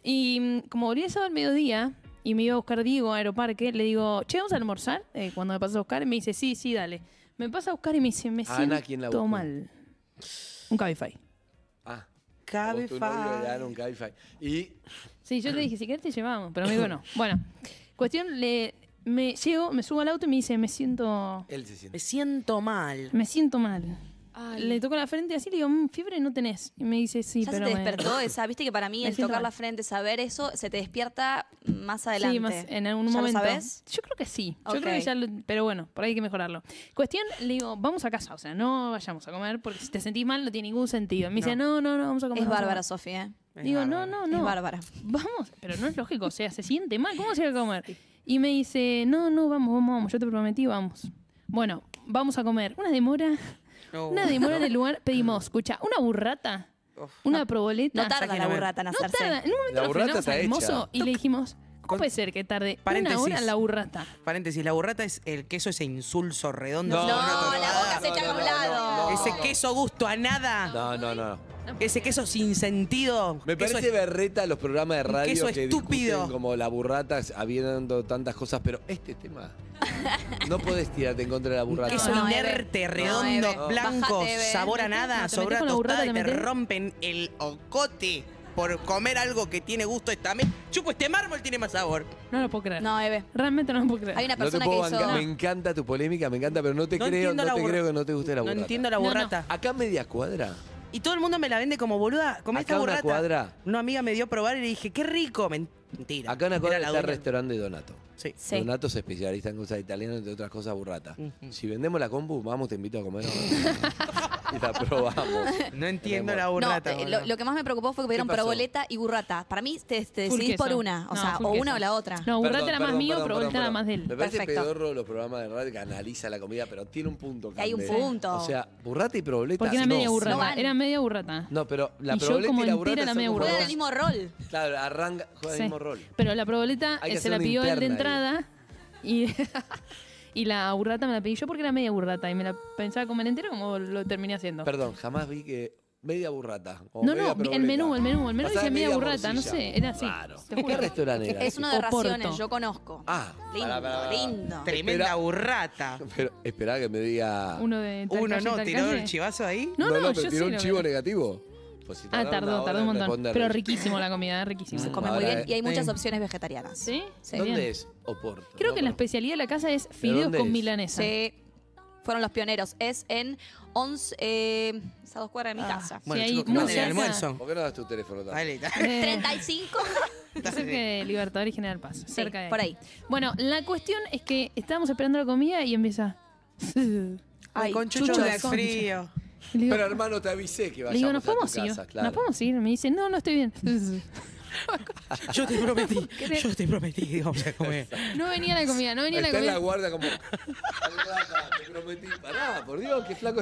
[SPEAKER 3] Y mm, como volví el sábado al mediodía y me iba a buscar Diego a Aeroparque, le digo, che, vamos a almorzar eh, cuando me pasas a buscar. Y me dice, sí, sí, dale. Me pasa a buscar y me dice, me
[SPEAKER 2] ¿A Ana
[SPEAKER 3] siento
[SPEAKER 2] quién la buscó?
[SPEAKER 3] mal. Un Cabify.
[SPEAKER 2] Ah. a vos
[SPEAKER 4] Cabe
[SPEAKER 2] tu novio le daron Cabify. Y
[SPEAKER 3] Sí, yo le dije, si querés te llevamos, pero me dijo no. Bueno, cuestión, le, me llego, me subo al auto y me dice, me siento,
[SPEAKER 2] él se siente.
[SPEAKER 4] Me siento mal.
[SPEAKER 3] me siento mal.
[SPEAKER 5] Ay.
[SPEAKER 3] Le toco la frente así, le digo, "Mm, fiebre no tenés. Y me dice, sí,
[SPEAKER 5] ya se
[SPEAKER 3] pero
[SPEAKER 5] te
[SPEAKER 3] me-
[SPEAKER 5] despertó esa, viste que para mí
[SPEAKER 3] Me
[SPEAKER 5] el
[SPEAKER 3] siento
[SPEAKER 5] tocar
[SPEAKER 3] mal.
[SPEAKER 5] la frente, saber eso, se te despierta más adelante.
[SPEAKER 3] Sí, más en algún
[SPEAKER 5] ¿Ya lo
[SPEAKER 3] momento.
[SPEAKER 5] sabes?
[SPEAKER 3] Yo creo que sí. Yo creo
[SPEAKER 5] Ok.
[SPEAKER 3] que ya lo- pero bueno, por ahí hay que mejorarlo. Cuestión, le digo, vamos a casa, o sea, no vayamos a comer, porque si te sentís mal no tiene ningún sentido. Me dice, no, no, no, vamos a comer.
[SPEAKER 5] Es
[SPEAKER 3] vamos a
[SPEAKER 5] bárbara,
[SPEAKER 3] comer".
[SPEAKER 5] Sofía. ¿eh?
[SPEAKER 3] Digo, no, no, no.
[SPEAKER 5] Es bárbara.
[SPEAKER 3] Vamos, pero no es lógico, o sea, se siente mal, ¿cómo se va a comer? Y me dice, no, no, vamos, vamos, vamos, yo te prometí, vamos. Bueno, vamos a comer. Una demora,
[SPEAKER 5] Oh.
[SPEAKER 4] No.
[SPEAKER 3] una demora en el lugar, pedimos, escucha, una burrata,
[SPEAKER 4] Uf.
[SPEAKER 3] una proboleta.
[SPEAKER 5] No tarda
[SPEAKER 4] que
[SPEAKER 5] la
[SPEAKER 4] no me-
[SPEAKER 5] burrata en
[SPEAKER 3] No
[SPEAKER 5] hacerse.
[SPEAKER 3] tarda. En un momento
[SPEAKER 2] La
[SPEAKER 3] nos
[SPEAKER 2] burrata
[SPEAKER 3] frenamos
[SPEAKER 2] está
[SPEAKER 3] al
[SPEAKER 2] hecha.
[SPEAKER 3] mozo y le dijimos,
[SPEAKER 4] Con-
[SPEAKER 3] ¿cómo puede ser que tarde
[SPEAKER 4] Paréntesis.
[SPEAKER 3] una hora en la burrata?
[SPEAKER 4] Paréntesis, la burrata es el queso, ese insulso redondo.
[SPEAKER 2] No,
[SPEAKER 5] No,
[SPEAKER 2] no, no,
[SPEAKER 5] la boca
[SPEAKER 2] no,
[SPEAKER 5] se
[SPEAKER 2] no,
[SPEAKER 5] echa a
[SPEAKER 2] no, no,
[SPEAKER 5] un lado.
[SPEAKER 2] no,
[SPEAKER 4] Ese queso gusto a nada.
[SPEAKER 2] No, no, no. no.
[SPEAKER 4] Ese queso sin sentido.
[SPEAKER 2] Me
[SPEAKER 4] Queso
[SPEAKER 2] parece berreta los programas de radio
[SPEAKER 4] queso
[SPEAKER 2] que
[SPEAKER 4] estúpido.
[SPEAKER 2] discuten como la burrata habiendo tantas cosas, pero este tema no podés tirarte en contra de la burrata.
[SPEAKER 4] queso
[SPEAKER 5] No, Eve.
[SPEAKER 4] inerte,
[SPEAKER 5] No,
[SPEAKER 4] redondo,
[SPEAKER 5] Eve.
[SPEAKER 4] blanco,
[SPEAKER 5] Bajate, Eve.
[SPEAKER 4] sabor a
[SPEAKER 3] Te metés-
[SPEAKER 4] nada,
[SPEAKER 3] no, te
[SPEAKER 4] sobre
[SPEAKER 3] metés
[SPEAKER 4] una
[SPEAKER 3] con la burrata,
[SPEAKER 4] tostada y
[SPEAKER 3] te
[SPEAKER 4] te
[SPEAKER 3] metés.
[SPEAKER 4] rompen el ocote por comer algo que tiene gusto esta mesa. Chupo, este mármol tiene más sabor.
[SPEAKER 3] No lo puedo creer.
[SPEAKER 5] No, Eve.
[SPEAKER 3] Realmente no lo puedo creer.
[SPEAKER 5] Hay una
[SPEAKER 2] No te
[SPEAKER 5] persona
[SPEAKER 2] puedo
[SPEAKER 5] que hizo.
[SPEAKER 2] bancar. Me encanta tu polémica, me encanta, pero no te creo, no te
[SPEAKER 4] burra-
[SPEAKER 2] creo que no te guste la burrata.
[SPEAKER 4] No entiendo la
[SPEAKER 3] No, no.
[SPEAKER 4] burrata.
[SPEAKER 2] Acá media cuadra.
[SPEAKER 4] Y todo el mundo me la vende como boluda. Comí
[SPEAKER 2] Acá
[SPEAKER 4] esta
[SPEAKER 2] una
[SPEAKER 4] burrata.
[SPEAKER 2] cuadra.
[SPEAKER 4] Una amiga me dio a probar y le dije, qué rico. Mentira.
[SPEAKER 2] Acá una
[SPEAKER 4] Era
[SPEAKER 2] cuadra
[SPEAKER 4] la
[SPEAKER 2] está el
[SPEAKER 4] dueña.
[SPEAKER 2] restaurante de Donato.
[SPEAKER 4] Sí.
[SPEAKER 5] Sí.
[SPEAKER 2] Donato es especialista en cosas italianas, entre otras cosas burrata.
[SPEAKER 4] Ujú.
[SPEAKER 2] Si vendemos la compu, vamos, te invito a comer. y la probamos.
[SPEAKER 4] No entiendo
[SPEAKER 2] Tenemos-
[SPEAKER 4] la
[SPEAKER 5] No,
[SPEAKER 4] burrata.
[SPEAKER 5] eh,
[SPEAKER 4] boluda.
[SPEAKER 5] lo, lo que más me preocupó fue que pidieron
[SPEAKER 2] ¿Qué pasó?
[SPEAKER 5] proboleta y burrata. Para mí te, te
[SPEAKER 3] Full
[SPEAKER 5] decidís por
[SPEAKER 3] queso.
[SPEAKER 5] una. O
[SPEAKER 3] No,
[SPEAKER 5] sea,
[SPEAKER 3] full
[SPEAKER 5] o una
[SPEAKER 3] queso.
[SPEAKER 5] o la otra.
[SPEAKER 3] No, burrata
[SPEAKER 2] Perdón,
[SPEAKER 3] era más
[SPEAKER 2] perdón,
[SPEAKER 3] mío,
[SPEAKER 2] perdón,
[SPEAKER 3] provolta
[SPEAKER 2] perdón,
[SPEAKER 3] era más de
[SPEAKER 2] perdón. Me
[SPEAKER 3] él.
[SPEAKER 2] parece
[SPEAKER 5] Perfecto.
[SPEAKER 2] pedorro los programas de radio que analiza la comida, pero tiene un punto.
[SPEAKER 5] Hay un
[SPEAKER 2] Cande.
[SPEAKER 5] punto.
[SPEAKER 2] O sea, burrata y proboleta.
[SPEAKER 3] Porque era
[SPEAKER 2] no.
[SPEAKER 3] media
[SPEAKER 5] No
[SPEAKER 3] burrata.
[SPEAKER 5] van.
[SPEAKER 3] Era media burrata.
[SPEAKER 2] No, pero la
[SPEAKER 3] Y yo
[SPEAKER 2] proboleta
[SPEAKER 3] como
[SPEAKER 2] y la
[SPEAKER 3] entera
[SPEAKER 2] burrata
[SPEAKER 3] la
[SPEAKER 2] son
[SPEAKER 3] media
[SPEAKER 2] como
[SPEAKER 5] Juegan
[SPEAKER 3] burrata.
[SPEAKER 2] dos-
[SPEAKER 5] el mismo rol.
[SPEAKER 2] Claro, arranca, juega
[SPEAKER 3] Sí.
[SPEAKER 2] el mismo rol.
[SPEAKER 3] Pero la proboleta
[SPEAKER 2] Hay que
[SPEAKER 3] eh, se
[SPEAKER 2] hacer
[SPEAKER 3] la
[SPEAKER 2] una
[SPEAKER 3] pidió él de
[SPEAKER 2] interna
[SPEAKER 3] entrada y, y la burrata me la pedí yo porque era media burrata y me la pensaba comer entera como lo terminé haciendo.
[SPEAKER 2] Perdón, jamás vi que media burrata. o
[SPEAKER 3] No,
[SPEAKER 2] media
[SPEAKER 3] no, el
[SPEAKER 2] proboleta.
[SPEAKER 3] menú, el menú, el menú
[SPEAKER 2] Pasaba
[SPEAKER 3] dice media burrata, no
[SPEAKER 2] morcilla.
[SPEAKER 3] sé, era así,
[SPEAKER 2] Claro.
[SPEAKER 3] te
[SPEAKER 2] ¿Qué
[SPEAKER 3] juro.
[SPEAKER 2] restaurante era?
[SPEAKER 5] Es
[SPEAKER 2] ese?
[SPEAKER 5] uno de
[SPEAKER 3] Oporto.
[SPEAKER 5] raciones, yo conozco.
[SPEAKER 2] Ah,
[SPEAKER 5] lindo,
[SPEAKER 2] pará, pará, pará.
[SPEAKER 5] lindo.
[SPEAKER 4] Tremenda burrata.
[SPEAKER 2] Pero esperá que me diga.
[SPEAKER 3] Uno de tal
[SPEAKER 4] Uno
[SPEAKER 3] calle,
[SPEAKER 4] no,
[SPEAKER 3] tal
[SPEAKER 4] tiró
[SPEAKER 3] calle.
[SPEAKER 4] el chivazo ahí.
[SPEAKER 3] No, no,
[SPEAKER 2] pero
[SPEAKER 3] yo
[SPEAKER 2] tiró
[SPEAKER 3] sí
[SPEAKER 2] un
[SPEAKER 3] lo
[SPEAKER 2] chivo
[SPEAKER 3] vi.
[SPEAKER 2] negativo. Pues si
[SPEAKER 3] Ah,
[SPEAKER 2] tardaron una
[SPEAKER 3] tardó,
[SPEAKER 2] hora
[SPEAKER 3] tardó
[SPEAKER 2] en
[SPEAKER 3] un montón.
[SPEAKER 2] responder.
[SPEAKER 3] Pero riquísimo la comida, riquísimo.
[SPEAKER 5] Se come
[SPEAKER 2] Ahora, em-
[SPEAKER 5] muy bien y hay
[SPEAKER 4] eh,
[SPEAKER 5] muchas
[SPEAKER 4] eh.
[SPEAKER 5] opciones vegetarianas.
[SPEAKER 3] ¿Sí? sí,
[SPEAKER 2] ¿Dónde
[SPEAKER 3] bien.
[SPEAKER 2] es Oporto?
[SPEAKER 3] Creo
[SPEAKER 2] No,
[SPEAKER 3] que la
[SPEAKER 2] no.
[SPEAKER 3] especialidad de la casa es fideos
[SPEAKER 2] dónde
[SPEAKER 3] con
[SPEAKER 2] es?
[SPEAKER 3] milanesa.
[SPEAKER 5] Sí. Fueron los pioneros. Es en 11. Eh, es
[SPEAKER 3] Ah,
[SPEAKER 5] a dos cuadras de mi casa.
[SPEAKER 3] Sí, ahí
[SPEAKER 4] chicos,
[SPEAKER 3] muy
[SPEAKER 4] coman el
[SPEAKER 3] cerca.
[SPEAKER 4] almuerzo.
[SPEAKER 2] ¿Por qué no das tu teléfono? tanto?
[SPEAKER 4] Dale, dale.
[SPEAKER 3] Eh,
[SPEAKER 5] 35.
[SPEAKER 3] Cerca de Libertador y General Paz. cerca de
[SPEAKER 5] por ahí.
[SPEAKER 3] Bueno, la cuestión es que estábamos esperando la comida y empieza. Y
[SPEAKER 5] Ay,
[SPEAKER 4] con chucho
[SPEAKER 3] chucho
[SPEAKER 4] de
[SPEAKER 3] de
[SPEAKER 4] frío.
[SPEAKER 3] le digo-
[SPEAKER 2] Pero hermano, te avisé que
[SPEAKER 3] le
[SPEAKER 2] vayamos
[SPEAKER 3] digo, ¿nos
[SPEAKER 2] a tu
[SPEAKER 3] podemos ir?
[SPEAKER 2] casa, claro.
[SPEAKER 3] ¿Nos podemos ir? Me dice, no, no estoy bien.
[SPEAKER 4] Yo te prometí,
[SPEAKER 3] ¿Querés?
[SPEAKER 4] yo te prometí que íbamos a comer.
[SPEAKER 3] No venía la comida, no venía
[SPEAKER 2] Ahí
[SPEAKER 3] la
[SPEAKER 2] está en
[SPEAKER 3] comida.
[SPEAKER 2] la guarda como. "Algata, Te prometí, pará, por Dios, qué flaco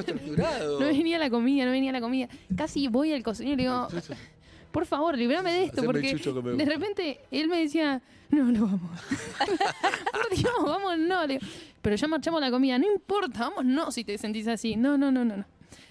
[SPEAKER 2] estructurado.
[SPEAKER 3] No venía la comida, no venía la comida. Casi voy al cocinero y le digo, por favor, librame de esto,
[SPEAKER 2] Haceme el
[SPEAKER 3] porque
[SPEAKER 2] chucho que me
[SPEAKER 3] de
[SPEAKER 2] gusta.
[SPEAKER 3] repente él me decía, no, no vamos. por Dios, vamos, no. Le digo, pero ya marchamos la comida, no importa, vamos, no, si te sentís así. No, no, no, no. no.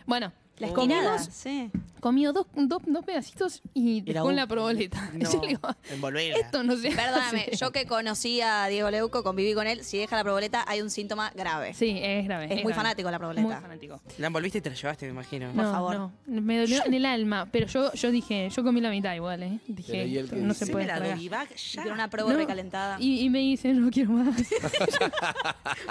[SPEAKER 3] Bueno,
[SPEAKER 5] La esquinada.
[SPEAKER 3] comimos,
[SPEAKER 5] Sí.
[SPEAKER 3] comió dos, dos, dos pedacitos y
[SPEAKER 4] Era
[SPEAKER 3] con
[SPEAKER 4] un-
[SPEAKER 3] la proboleta.
[SPEAKER 4] No,
[SPEAKER 3] Yo le digo,
[SPEAKER 4] envolverla.
[SPEAKER 3] esto no se hace".
[SPEAKER 5] Perdóname, yo que conocí a Diego Leuco, conviví con él, si deja la proboleta hay un síntoma grave.
[SPEAKER 3] Sí, es grave.
[SPEAKER 5] Es muy
[SPEAKER 3] grave.
[SPEAKER 5] fanático la proboleta.
[SPEAKER 3] Muy fanático.
[SPEAKER 4] La envolviste y te la llevaste, me imagino.
[SPEAKER 5] Por favor.
[SPEAKER 3] No, me dolió en el alma, pero yo, yo dije, yo comí la mitad igual, ¿eh? Dije,
[SPEAKER 2] Pero, ¿y él qué
[SPEAKER 3] no se
[SPEAKER 2] dice?
[SPEAKER 3] puede.
[SPEAKER 4] Haceme
[SPEAKER 3] tragar.
[SPEAKER 4] la Dodivac
[SPEAKER 5] Y
[SPEAKER 4] ya.
[SPEAKER 5] Tiene una probo
[SPEAKER 3] No,
[SPEAKER 5] recalentada.
[SPEAKER 3] Y, y me dice, no quiero más.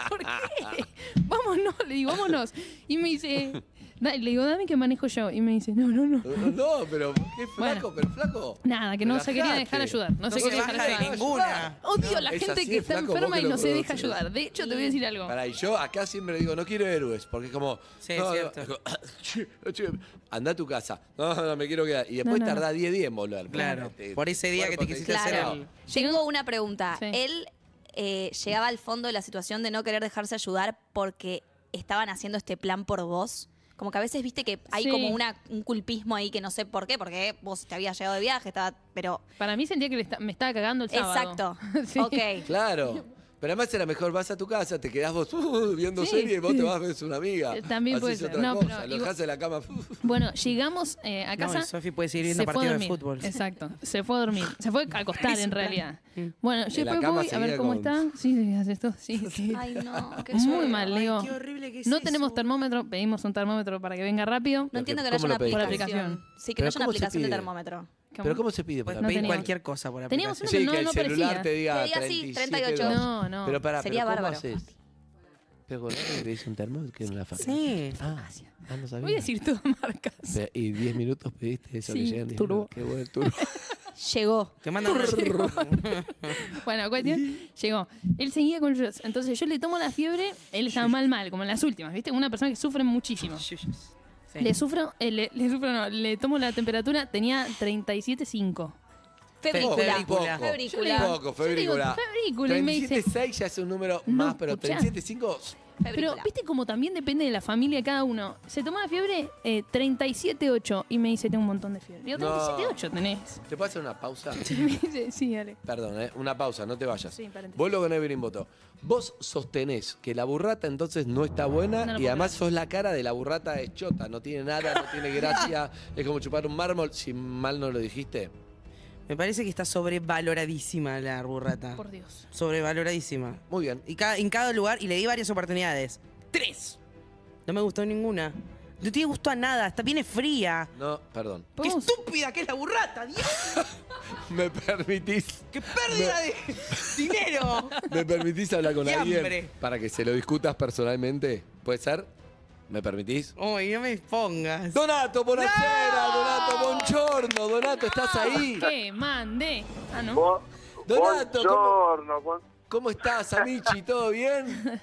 [SPEAKER 3] ¿Por qué? Vámonos, le digo, vámonos. Y me dice, da- le digo, dame que manejo yo. Y me dice, no, no, no.
[SPEAKER 2] No, pero qué flaco,
[SPEAKER 3] Bueno.
[SPEAKER 2] pero flaco.
[SPEAKER 3] Nada, que no se quería dejar
[SPEAKER 2] Relajate.
[SPEAKER 3] ayudar, no se
[SPEAKER 4] No
[SPEAKER 3] quería
[SPEAKER 4] se
[SPEAKER 3] dejar
[SPEAKER 4] baja de
[SPEAKER 3] ayudar.
[SPEAKER 4] ninguna.
[SPEAKER 3] Odio a la
[SPEAKER 2] Es
[SPEAKER 3] gente
[SPEAKER 2] así
[SPEAKER 3] que
[SPEAKER 2] de
[SPEAKER 3] está
[SPEAKER 2] flaco, vos
[SPEAKER 3] enferma
[SPEAKER 2] que
[SPEAKER 3] y
[SPEAKER 2] lo
[SPEAKER 3] no se deja
[SPEAKER 2] conoces.
[SPEAKER 3] ayudar. De hecho, te voy a decir algo.
[SPEAKER 2] Pará, y yo acá siempre digo, no quiero héroes, porque es como.
[SPEAKER 4] Sí,
[SPEAKER 2] no,
[SPEAKER 4] cierto.
[SPEAKER 2] no, anda a tu casa. No, no, me quiero quedar. Y después
[SPEAKER 3] No, no,
[SPEAKER 2] tardás 10 días en volver.
[SPEAKER 4] Claro,
[SPEAKER 2] Te-
[SPEAKER 4] por ese día
[SPEAKER 2] tu
[SPEAKER 4] que te
[SPEAKER 2] cuerpo
[SPEAKER 4] quisiste
[SPEAKER 2] dice,
[SPEAKER 5] hacer
[SPEAKER 2] "No".
[SPEAKER 4] el-
[SPEAKER 5] Tengo una pregunta.
[SPEAKER 3] Sí.
[SPEAKER 5] Él eh, llegaba al fondo de la situación de no querer dejarse ayudar porque estaban haciendo este plan por vos. Como que a veces viste que hay
[SPEAKER 3] Sí.
[SPEAKER 5] como una, un culpismo ahí que no sé por qué, porque vos te habías llegado de viaje, estaba, pero
[SPEAKER 3] Para mí sentía que le está- me estaba cagando el sábado.
[SPEAKER 5] exacto.
[SPEAKER 3] Sí.
[SPEAKER 5] Ok.
[SPEAKER 2] Claro. Pero además era mejor, vas a tu casa, te quedás vos uh, viendo
[SPEAKER 3] Sí.
[SPEAKER 2] serie y vos te vas a ver una amiga.
[SPEAKER 3] Eh, también
[SPEAKER 2] Hacés
[SPEAKER 3] puede ser.
[SPEAKER 2] otra
[SPEAKER 3] No,
[SPEAKER 2] cosa,
[SPEAKER 3] pero
[SPEAKER 2] lo
[SPEAKER 3] igual-
[SPEAKER 2] dejás en la cama. uh,
[SPEAKER 3] Bueno, llegamos eh, a
[SPEAKER 4] No,
[SPEAKER 3] casa.
[SPEAKER 4] y Sofi puede seguir viendo
[SPEAKER 3] se fue a
[SPEAKER 4] partidos de
[SPEAKER 3] dormir.
[SPEAKER 4] fútbol.
[SPEAKER 3] Exacto, se fue a dormir. Se fue a acostar en realidad. Bueno, yo
[SPEAKER 2] En la
[SPEAKER 3] después
[SPEAKER 2] cama
[SPEAKER 3] voy a ver
[SPEAKER 2] seguía
[SPEAKER 3] cómo
[SPEAKER 2] con-
[SPEAKER 3] está. Sí, sí, hace esto. Sí, sí.
[SPEAKER 5] Ay, no, qué
[SPEAKER 3] Muy
[SPEAKER 5] horror.
[SPEAKER 3] mal,
[SPEAKER 4] Ay,
[SPEAKER 3] Leo.
[SPEAKER 4] qué horrible que es
[SPEAKER 3] No
[SPEAKER 4] eso.
[SPEAKER 3] tenemos termómetro, pedimos un termómetro para que venga rápido.
[SPEAKER 5] No entiendo que no
[SPEAKER 2] ¿Cómo
[SPEAKER 5] haya una
[SPEAKER 2] lo pediste?
[SPEAKER 5] aplicación.
[SPEAKER 2] Por
[SPEAKER 3] aplicación.
[SPEAKER 5] Sí, que no
[SPEAKER 2] ¿Pero
[SPEAKER 5] haya una
[SPEAKER 2] cómo se
[SPEAKER 5] aplicación de
[SPEAKER 2] pide?
[SPEAKER 5] termómetro.
[SPEAKER 2] ¿Pero cómo se pide?
[SPEAKER 4] Puedes
[SPEAKER 2] para
[SPEAKER 3] Pues no
[SPEAKER 4] pedir
[SPEAKER 3] teníamos.
[SPEAKER 4] cualquier cosa por
[SPEAKER 3] Teníamos
[SPEAKER 4] aplicación.
[SPEAKER 3] uno no-
[SPEAKER 2] Sí, que el
[SPEAKER 3] no aparecía.
[SPEAKER 2] celular te diga
[SPEAKER 5] Que diga así,
[SPEAKER 2] 37,
[SPEAKER 5] 38.
[SPEAKER 3] No, no.
[SPEAKER 2] Pero pará,
[SPEAKER 5] Sería
[SPEAKER 2] pero ¿cómo
[SPEAKER 5] bárbaro.
[SPEAKER 2] haces? Pero con que pedís un termo que en la farmacia.
[SPEAKER 4] Sí.
[SPEAKER 2] Ah, ah, no sabía.
[SPEAKER 3] Voy a decir todas marcas.
[SPEAKER 2] Pe- Y 10 minutos pediste eso
[SPEAKER 3] Sí,
[SPEAKER 2] que llegan. diez
[SPEAKER 3] turbo.
[SPEAKER 2] minutos. Qué bueno, turbo.
[SPEAKER 5] Llegó.
[SPEAKER 4] Te mandan una-
[SPEAKER 3] Bueno, cuestión, llegó. Él seguía con ellos. Entonces yo le tomo la fiebre, él estaba mal, mal, como en las últimas, ¿viste? Una persona que sufre muchísimo.
[SPEAKER 4] Sí.
[SPEAKER 3] Le sufro, eh, le, le sufro, no, le tomo la temperatura, tenía 37,5.
[SPEAKER 5] Febrícula.
[SPEAKER 4] Poco, poco.
[SPEAKER 5] Febrícula.
[SPEAKER 2] Poco,
[SPEAKER 3] Yo le digo,
[SPEAKER 2] febrícula.
[SPEAKER 3] febrícula, y me dice-
[SPEAKER 2] 37.6 ya es un número
[SPEAKER 3] No,
[SPEAKER 2] más, pero
[SPEAKER 3] escuchá.
[SPEAKER 2] 37.5.
[SPEAKER 5] Febrícula.
[SPEAKER 3] Pero viste como también depende de la familia de cada uno. Se tomó la fiebre eh, 37,8 y me dice, tengo un montón de fiebre. Digo,
[SPEAKER 2] No.
[SPEAKER 3] 37,8 tenés.
[SPEAKER 2] ¿Te puedo hacer una pausa?
[SPEAKER 3] Y me dice, sí, dale.
[SPEAKER 2] Perdón, ¿eh? una pausa, no te vayas.
[SPEAKER 3] Sí, paréntesis.
[SPEAKER 2] Vos lo ganás bien voto. Vos sostenés que la burrata entonces no está buena
[SPEAKER 3] No lo
[SPEAKER 2] y
[SPEAKER 3] puedo
[SPEAKER 2] además sos la cara de la burrata de chota. No tiene nada, no tiene gracia. es como chupar un mármol, si mal no lo dijiste.
[SPEAKER 4] Me parece que está sobrevaloradísima la burrata.
[SPEAKER 3] Por Dios.
[SPEAKER 4] Sobrevaloradísima.
[SPEAKER 2] Muy bien.
[SPEAKER 4] Y cada, en cada lugar, y le di varias oportunidades. Tres. No me gustó ninguna. No tiene gusto a nada. Está, viene fría.
[SPEAKER 2] No, perdón.
[SPEAKER 4] ¡Qué
[SPEAKER 3] ¿Podemos?
[SPEAKER 4] estúpida que es la burrata! ¡Dios!
[SPEAKER 2] ¿Me permitís?
[SPEAKER 4] ¡Qué pérdida de dinero!
[SPEAKER 2] ¿Me permitís hablar con
[SPEAKER 4] Y
[SPEAKER 2] alguien
[SPEAKER 4] hambre.
[SPEAKER 2] para que se lo discutas personalmente? ¿Puede ser? ¿Me permitís?
[SPEAKER 4] Uy, no me pongas.
[SPEAKER 2] Donato, buonasera, Donato, buongiorno, Donato, ¿estás ahí?
[SPEAKER 3] ¿Qué? Mandé. Ah, no.
[SPEAKER 1] Bu-
[SPEAKER 2] Donato,
[SPEAKER 1] Buongiorno, buon-
[SPEAKER 2] ¿Cómo estás, Amici? ¿Todo bien?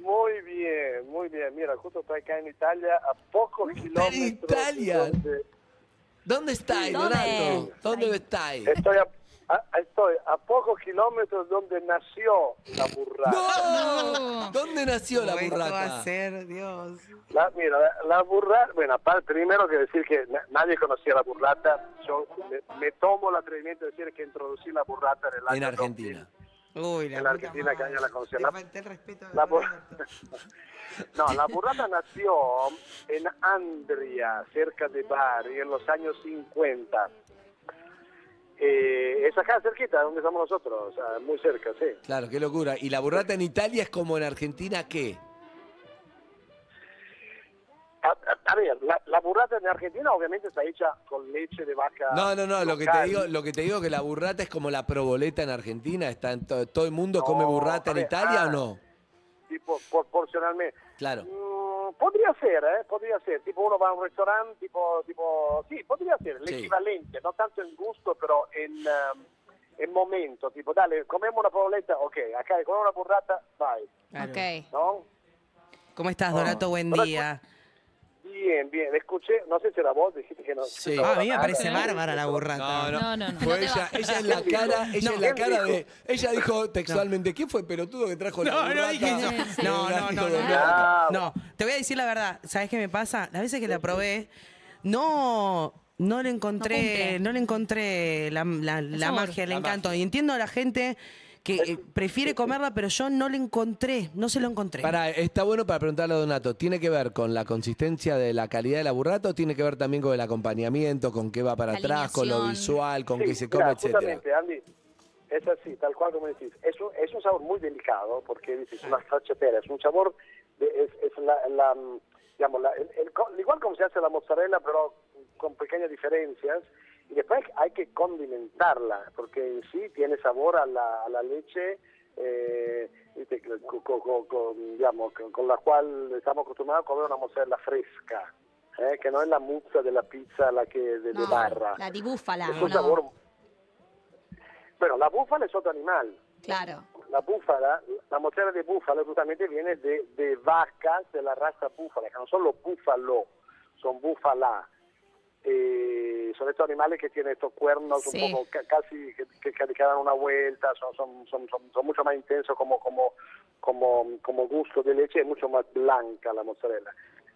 [SPEAKER 1] muy bien, muy bien. Mira, justo estoy acá en Italia, a pocos kilómetros. de
[SPEAKER 2] Italia?
[SPEAKER 1] donde-
[SPEAKER 2] ¿Dónde estás,
[SPEAKER 5] ¿Dónde?
[SPEAKER 2] Donato? ¿Dónde estás?
[SPEAKER 1] estoy, a, a- estoy a pocos kilómetros donde nació la burrata.
[SPEAKER 2] ¡No! ¿Dónde nació la
[SPEAKER 4] Uy, esto va
[SPEAKER 2] burrata?
[SPEAKER 4] a ser, Dios.
[SPEAKER 1] La- mira, la, la burrata, bueno, aparte, primero que decir que na- nadie conocía la burrata, yo me, me tomo el atrevimiento de decir que introducí la burrata en el año
[SPEAKER 2] En Argentina.
[SPEAKER 1] 2000.
[SPEAKER 4] Uy, la
[SPEAKER 1] En
[SPEAKER 4] puta
[SPEAKER 1] Argentina que
[SPEAKER 4] madre.
[SPEAKER 1] haya la conocida.
[SPEAKER 4] Le
[SPEAKER 1] La-
[SPEAKER 4] falté el respeto a
[SPEAKER 1] la por-
[SPEAKER 4] Roberto.
[SPEAKER 1] No, la burrata nació en Andria, cerca de Bari, en los años 50. Eh, es acá cerquita, donde estamos nosotros, o sea, muy cerca, sí.
[SPEAKER 2] Claro, qué locura. ¿Y la burrata en Italia es como en Argentina qué?
[SPEAKER 1] A, a- a ver, la, la burrata en Argentina obviamente está hecha con leche de vaca.
[SPEAKER 2] No, no, no, lo que te
[SPEAKER 1] local.
[SPEAKER 2] digo, lo que te digo es que la burrata es como la proboleta en Argentina, está en to- todo el mundo come
[SPEAKER 1] No,
[SPEAKER 2] burrata en
[SPEAKER 1] a ver,
[SPEAKER 2] Italia
[SPEAKER 1] ah.
[SPEAKER 2] o no?
[SPEAKER 1] Tipo, proporcionalmente.
[SPEAKER 2] Claro.
[SPEAKER 1] Mm, Mm, Potrebbe essere, eh, potrebbe essere, tipo uno va a un ristorante, tipo, tipo sì, potrebbe essere
[SPEAKER 2] Sì.
[SPEAKER 1] l'equivalente, non tanto il gusto, però il, ehm, il momento, tipo dale, comiamo una paoletta, ok, acá con una burrata, vai,
[SPEAKER 4] Claro.
[SPEAKER 5] Ok.
[SPEAKER 1] ¿no?
[SPEAKER 4] ¿Cómo estás, Donato? Buen
[SPEAKER 1] Hola,
[SPEAKER 4] día.
[SPEAKER 1] Bien, bien, escuché, no sé si era vos, dijiste que no.
[SPEAKER 2] Sí.
[SPEAKER 1] no,
[SPEAKER 4] Ah, a mí me
[SPEAKER 1] nada.
[SPEAKER 4] parece bárbara la
[SPEAKER 2] No,
[SPEAKER 4] burrata.
[SPEAKER 2] no,
[SPEAKER 3] No, no, no.
[SPEAKER 2] Fue
[SPEAKER 5] No te
[SPEAKER 2] ella,
[SPEAKER 5] va.
[SPEAKER 2] ella es la cara, ella
[SPEAKER 1] No.
[SPEAKER 2] es la
[SPEAKER 1] ¿Quién
[SPEAKER 2] cara
[SPEAKER 1] dijo?
[SPEAKER 2] de. Ella dijo textualmente, ¿quién fue el pelotudo que trajo la
[SPEAKER 4] No, no
[SPEAKER 2] burrata?"
[SPEAKER 4] dije yo.
[SPEAKER 2] Sí,
[SPEAKER 4] No, no, no,
[SPEAKER 2] hijo de
[SPEAKER 4] no.
[SPEAKER 2] puta.
[SPEAKER 1] Ah,
[SPEAKER 4] No, te voy a decir la verdad. ¿Sabes qué me pasa? Las veces que la probé, no, no le encontré,
[SPEAKER 5] cumple.
[SPEAKER 4] no, le encontré la, la- la
[SPEAKER 3] sabor.
[SPEAKER 4] magia, el
[SPEAKER 2] La
[SPEAKER 4] encanto.
[SPEAKER 2] magia.
[SPEAKER 4] Y entiendo a la gente que eh, prefiere comerla, pero yo no le encontré, no se lo
[SPEAKER 5] Eh.
[SPEAKER 4] encontré.
[SPEAKER 2] Pará, está bueno para preguntarle a Donato, ¿tiene que ver con la consistencia de la calidad de la burrata o tiene que ver también con el acompañamiento, con qué va para
[SPEAKER 5] La
[SPEAKER 2] atrás, con lo
[SPEAKER 5] alineación.
[SPEAKER 2] visual, con
[SPEAKER 1] Sí,
[SPEAKER 2] qué se
[SPEAKER 1] mira,
[SPEAKER 2] come, etcétera?
[SPEAKER 1] Justamente, Andy, es así, tal cual como decís. Es un, es un sabor muy delicado porque dices, una stracciatella, es un sabor, de- es, es la, la, mm, digamos, la- el- el co- igual como se hace la mozzarella, pero con pequeñas diferencias. Y después hay que condimentarla, porque en sí tiene sabor a la, a la leche. eh, viste, que- co- co- co- con, digamos, con- con la cual estamos acostumbrados a comer una mozzarella fresca, eh, que no es la muzza de la pizza la que de, de
[SPEAKER 5] No,
[SPEAKER 1] barra.
[SPEAKER 5] Ah, La di búfala,
[SPEAKER 1] Es
[SPEAKER 5] ¿o
[SPEAKER 1] un
[SPEAKER 5] no?
[SPEAKER 1] sabor. Bueno, la búfala es otro animal.
[SPEAKER 5] Claro.
[SPEAKER 1] La búfala, la mozzarella de búfala justamente viene de, de vacas de la raza búfala, que no son los búfalos, son búfala. Eh, son estos animales que tienen estos cuernos
[SPEAKER 5] Sí.
[SPEAKER 1] un poco ca- casi que, que, que le quedan una vuelta, son, son, son, son, son mucho más intensos como, como, como, como gusto de leche, es mucho más blanca la mozzarella.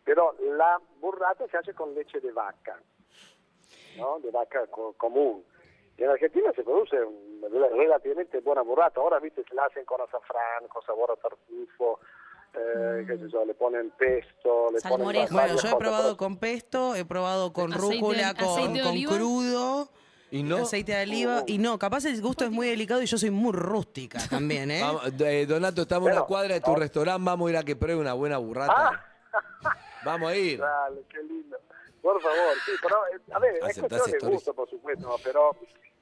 [SPEAKER 1] Pero la burrata se hace con leche de vaca. ¿no? de vaca co- común. Y en Argentina se produce un- relativamente buena burrata. Ahora, viste, se la hacen con azafrán, con sabor a tartufo, eh, qué sé yo, le ponen pesto, le ponen...
[SPEAKER 5] Mm. Salmorejo.
[SPEAKER 4] Bueno,
[SPEAKER 1] varias
[SPEAKER 4] yo he
[SPEAKER 1] cosas,
[SPEAKER 4] probado
[SPEAKER 1] pero-
[SPEAKER 4] con pesto, he probado con
[SPEAKER 3] Aceite de-
[SPEAKER 4] rúcula, con,
[SPEAKER 3] aceite de
[SPEAKER 4] con
[SPEAKER 3] oliva. Uh.
[SPEAKER 4] crudo,
[SPEAKER 2] Y no.
[SPEAKER 4] aceite de oliva. Y no, capaz el gusto es muy delicado y yo soy muy rústica también, ¿eh?
[SPEAKER 2] Vamos, eh, Donato, estamos en
[SPEAKER 1] Bueno,
[SPEAKER 2] una cuadra de tu
[SPEAKER 1] no.
[SPEAKER 2] restaurante, vamos a ir a que pruebe una buena burrata.
[SPEAKER 1] ¡Ah!
[SPEAKER 2] Vamos a ir.
[SPEAKER 1] Dale, qué lindo. Por favor, sí, pero eh, a ver, es
[SPEAKER 2] Aceptás
[SPEAKER 1] cuestión de
[SPEAKER 2] stories.
[SPEAKER 1] gusto, por supuesto, ¿no? pero